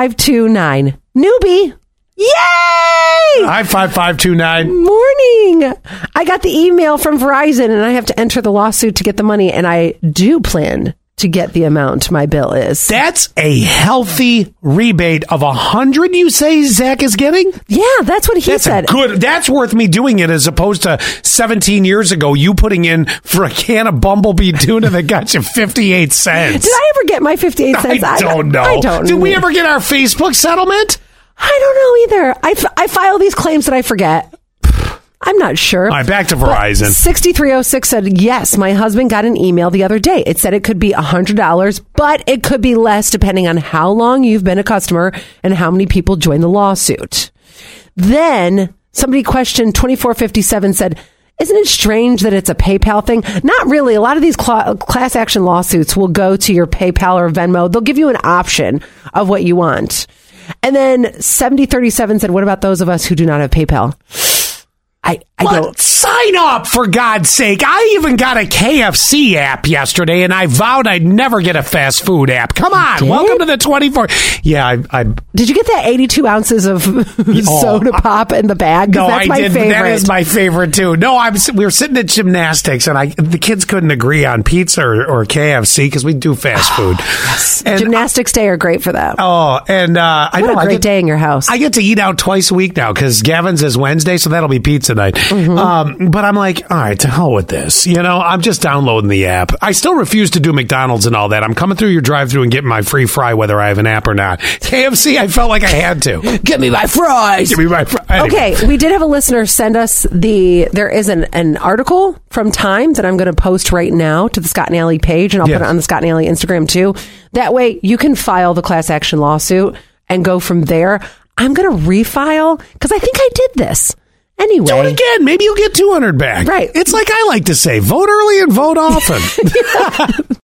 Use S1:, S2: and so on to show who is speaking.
S1: 5529. Newbie. Yay!
S2: I five five two nine.
S1: Morning. I got the email from Verizon and I have to enter the lawsuit to get the money and I do plan to get the amount my bill is.
S2: That's a healthy rebate of a hundred. You say Zach is getting?
S1: Yeah, that's what he
S2: That's
S1: said.
S2: a good. That's worth me doing it as opposed to 17 years ago. You putting in for a can of bumblebee tuna that got you 58 cents.
S1: Did I ever get my 58 cents?
S2: I don't know.
S1: I don't
S2: Did we
S1: know.
S2: ever get our Facebook settlement?
S1: I don't know either. I, f- I file these claims that I forget. I'm not sure.
S2: All right, back to Verizon.
S1: 6306 said, Yes, my husband got an email the other day. It said it could be $100, but it could be less depending on how long you've been a customer and how many people join the lawsuit. Then somebody questioned 2457 said, isn't it strange that it's a PayPal thing? Not really. A lot of these cla- class action lawsuits will go to your PayPal or Venmo. They'll give you an option of what you want. And then 7037 said, what about those of us who do not have PayPal? I, I don't.
S2: But sign up for God's sake. I even got a KFC app yesterday and I vowed I'd never get a fast food app. Come on.
S1: did?
S2: Welcome to the 24. Yeah, I, I
S1: Did you get that 82 ounces of soda pop in the bag? 'Cause
S2: Oh, No,
S1: that's
S2: I
S1: my
S2: did.
S1: favorite.
S2: That is my favorite too. No, I'm. s- We were sitting at gymnastics, and I the kids couldn't agree on pizza or, or KFC because we do
S1: Oh,
S2: fast food. And
S1: Gymnastics day are great for that.
S2: oh, and uh, I
S1: what
S2: know
S1: a
S2: I
S1: great
S2: get,
S1: day in your house.
S2: I get to eat out twice a week now because Gavin's is Wednesday, so that'll be pizza night.
S1: Mm-hmm.
S2: Um, but I'm like, all right, to hell with this. You know, I'm just downloading the app. I still refuse to do McDonald's and all that. I'm coming through your drive-through and getting my free fry, whether I have an app or not. KFC, I felt like I had to.
S1: Give me my fries.
S2: Give me my fr- anyway.
S1: Okay, we did have a listener send us the. There is an, an article from Time that I'm going to post right now to the Scott and Alley page, and I'll put
S2: Yes.
S1: it on the Scott and Alley Instagram too. That way, you can file the class action lawsuit and go from there. I'm going to refile because I think I did this anyway.
S2: Do it again. Maybe you'll get 200 back.
S1: Right.
S2: It's like I like to say vote early and vote often.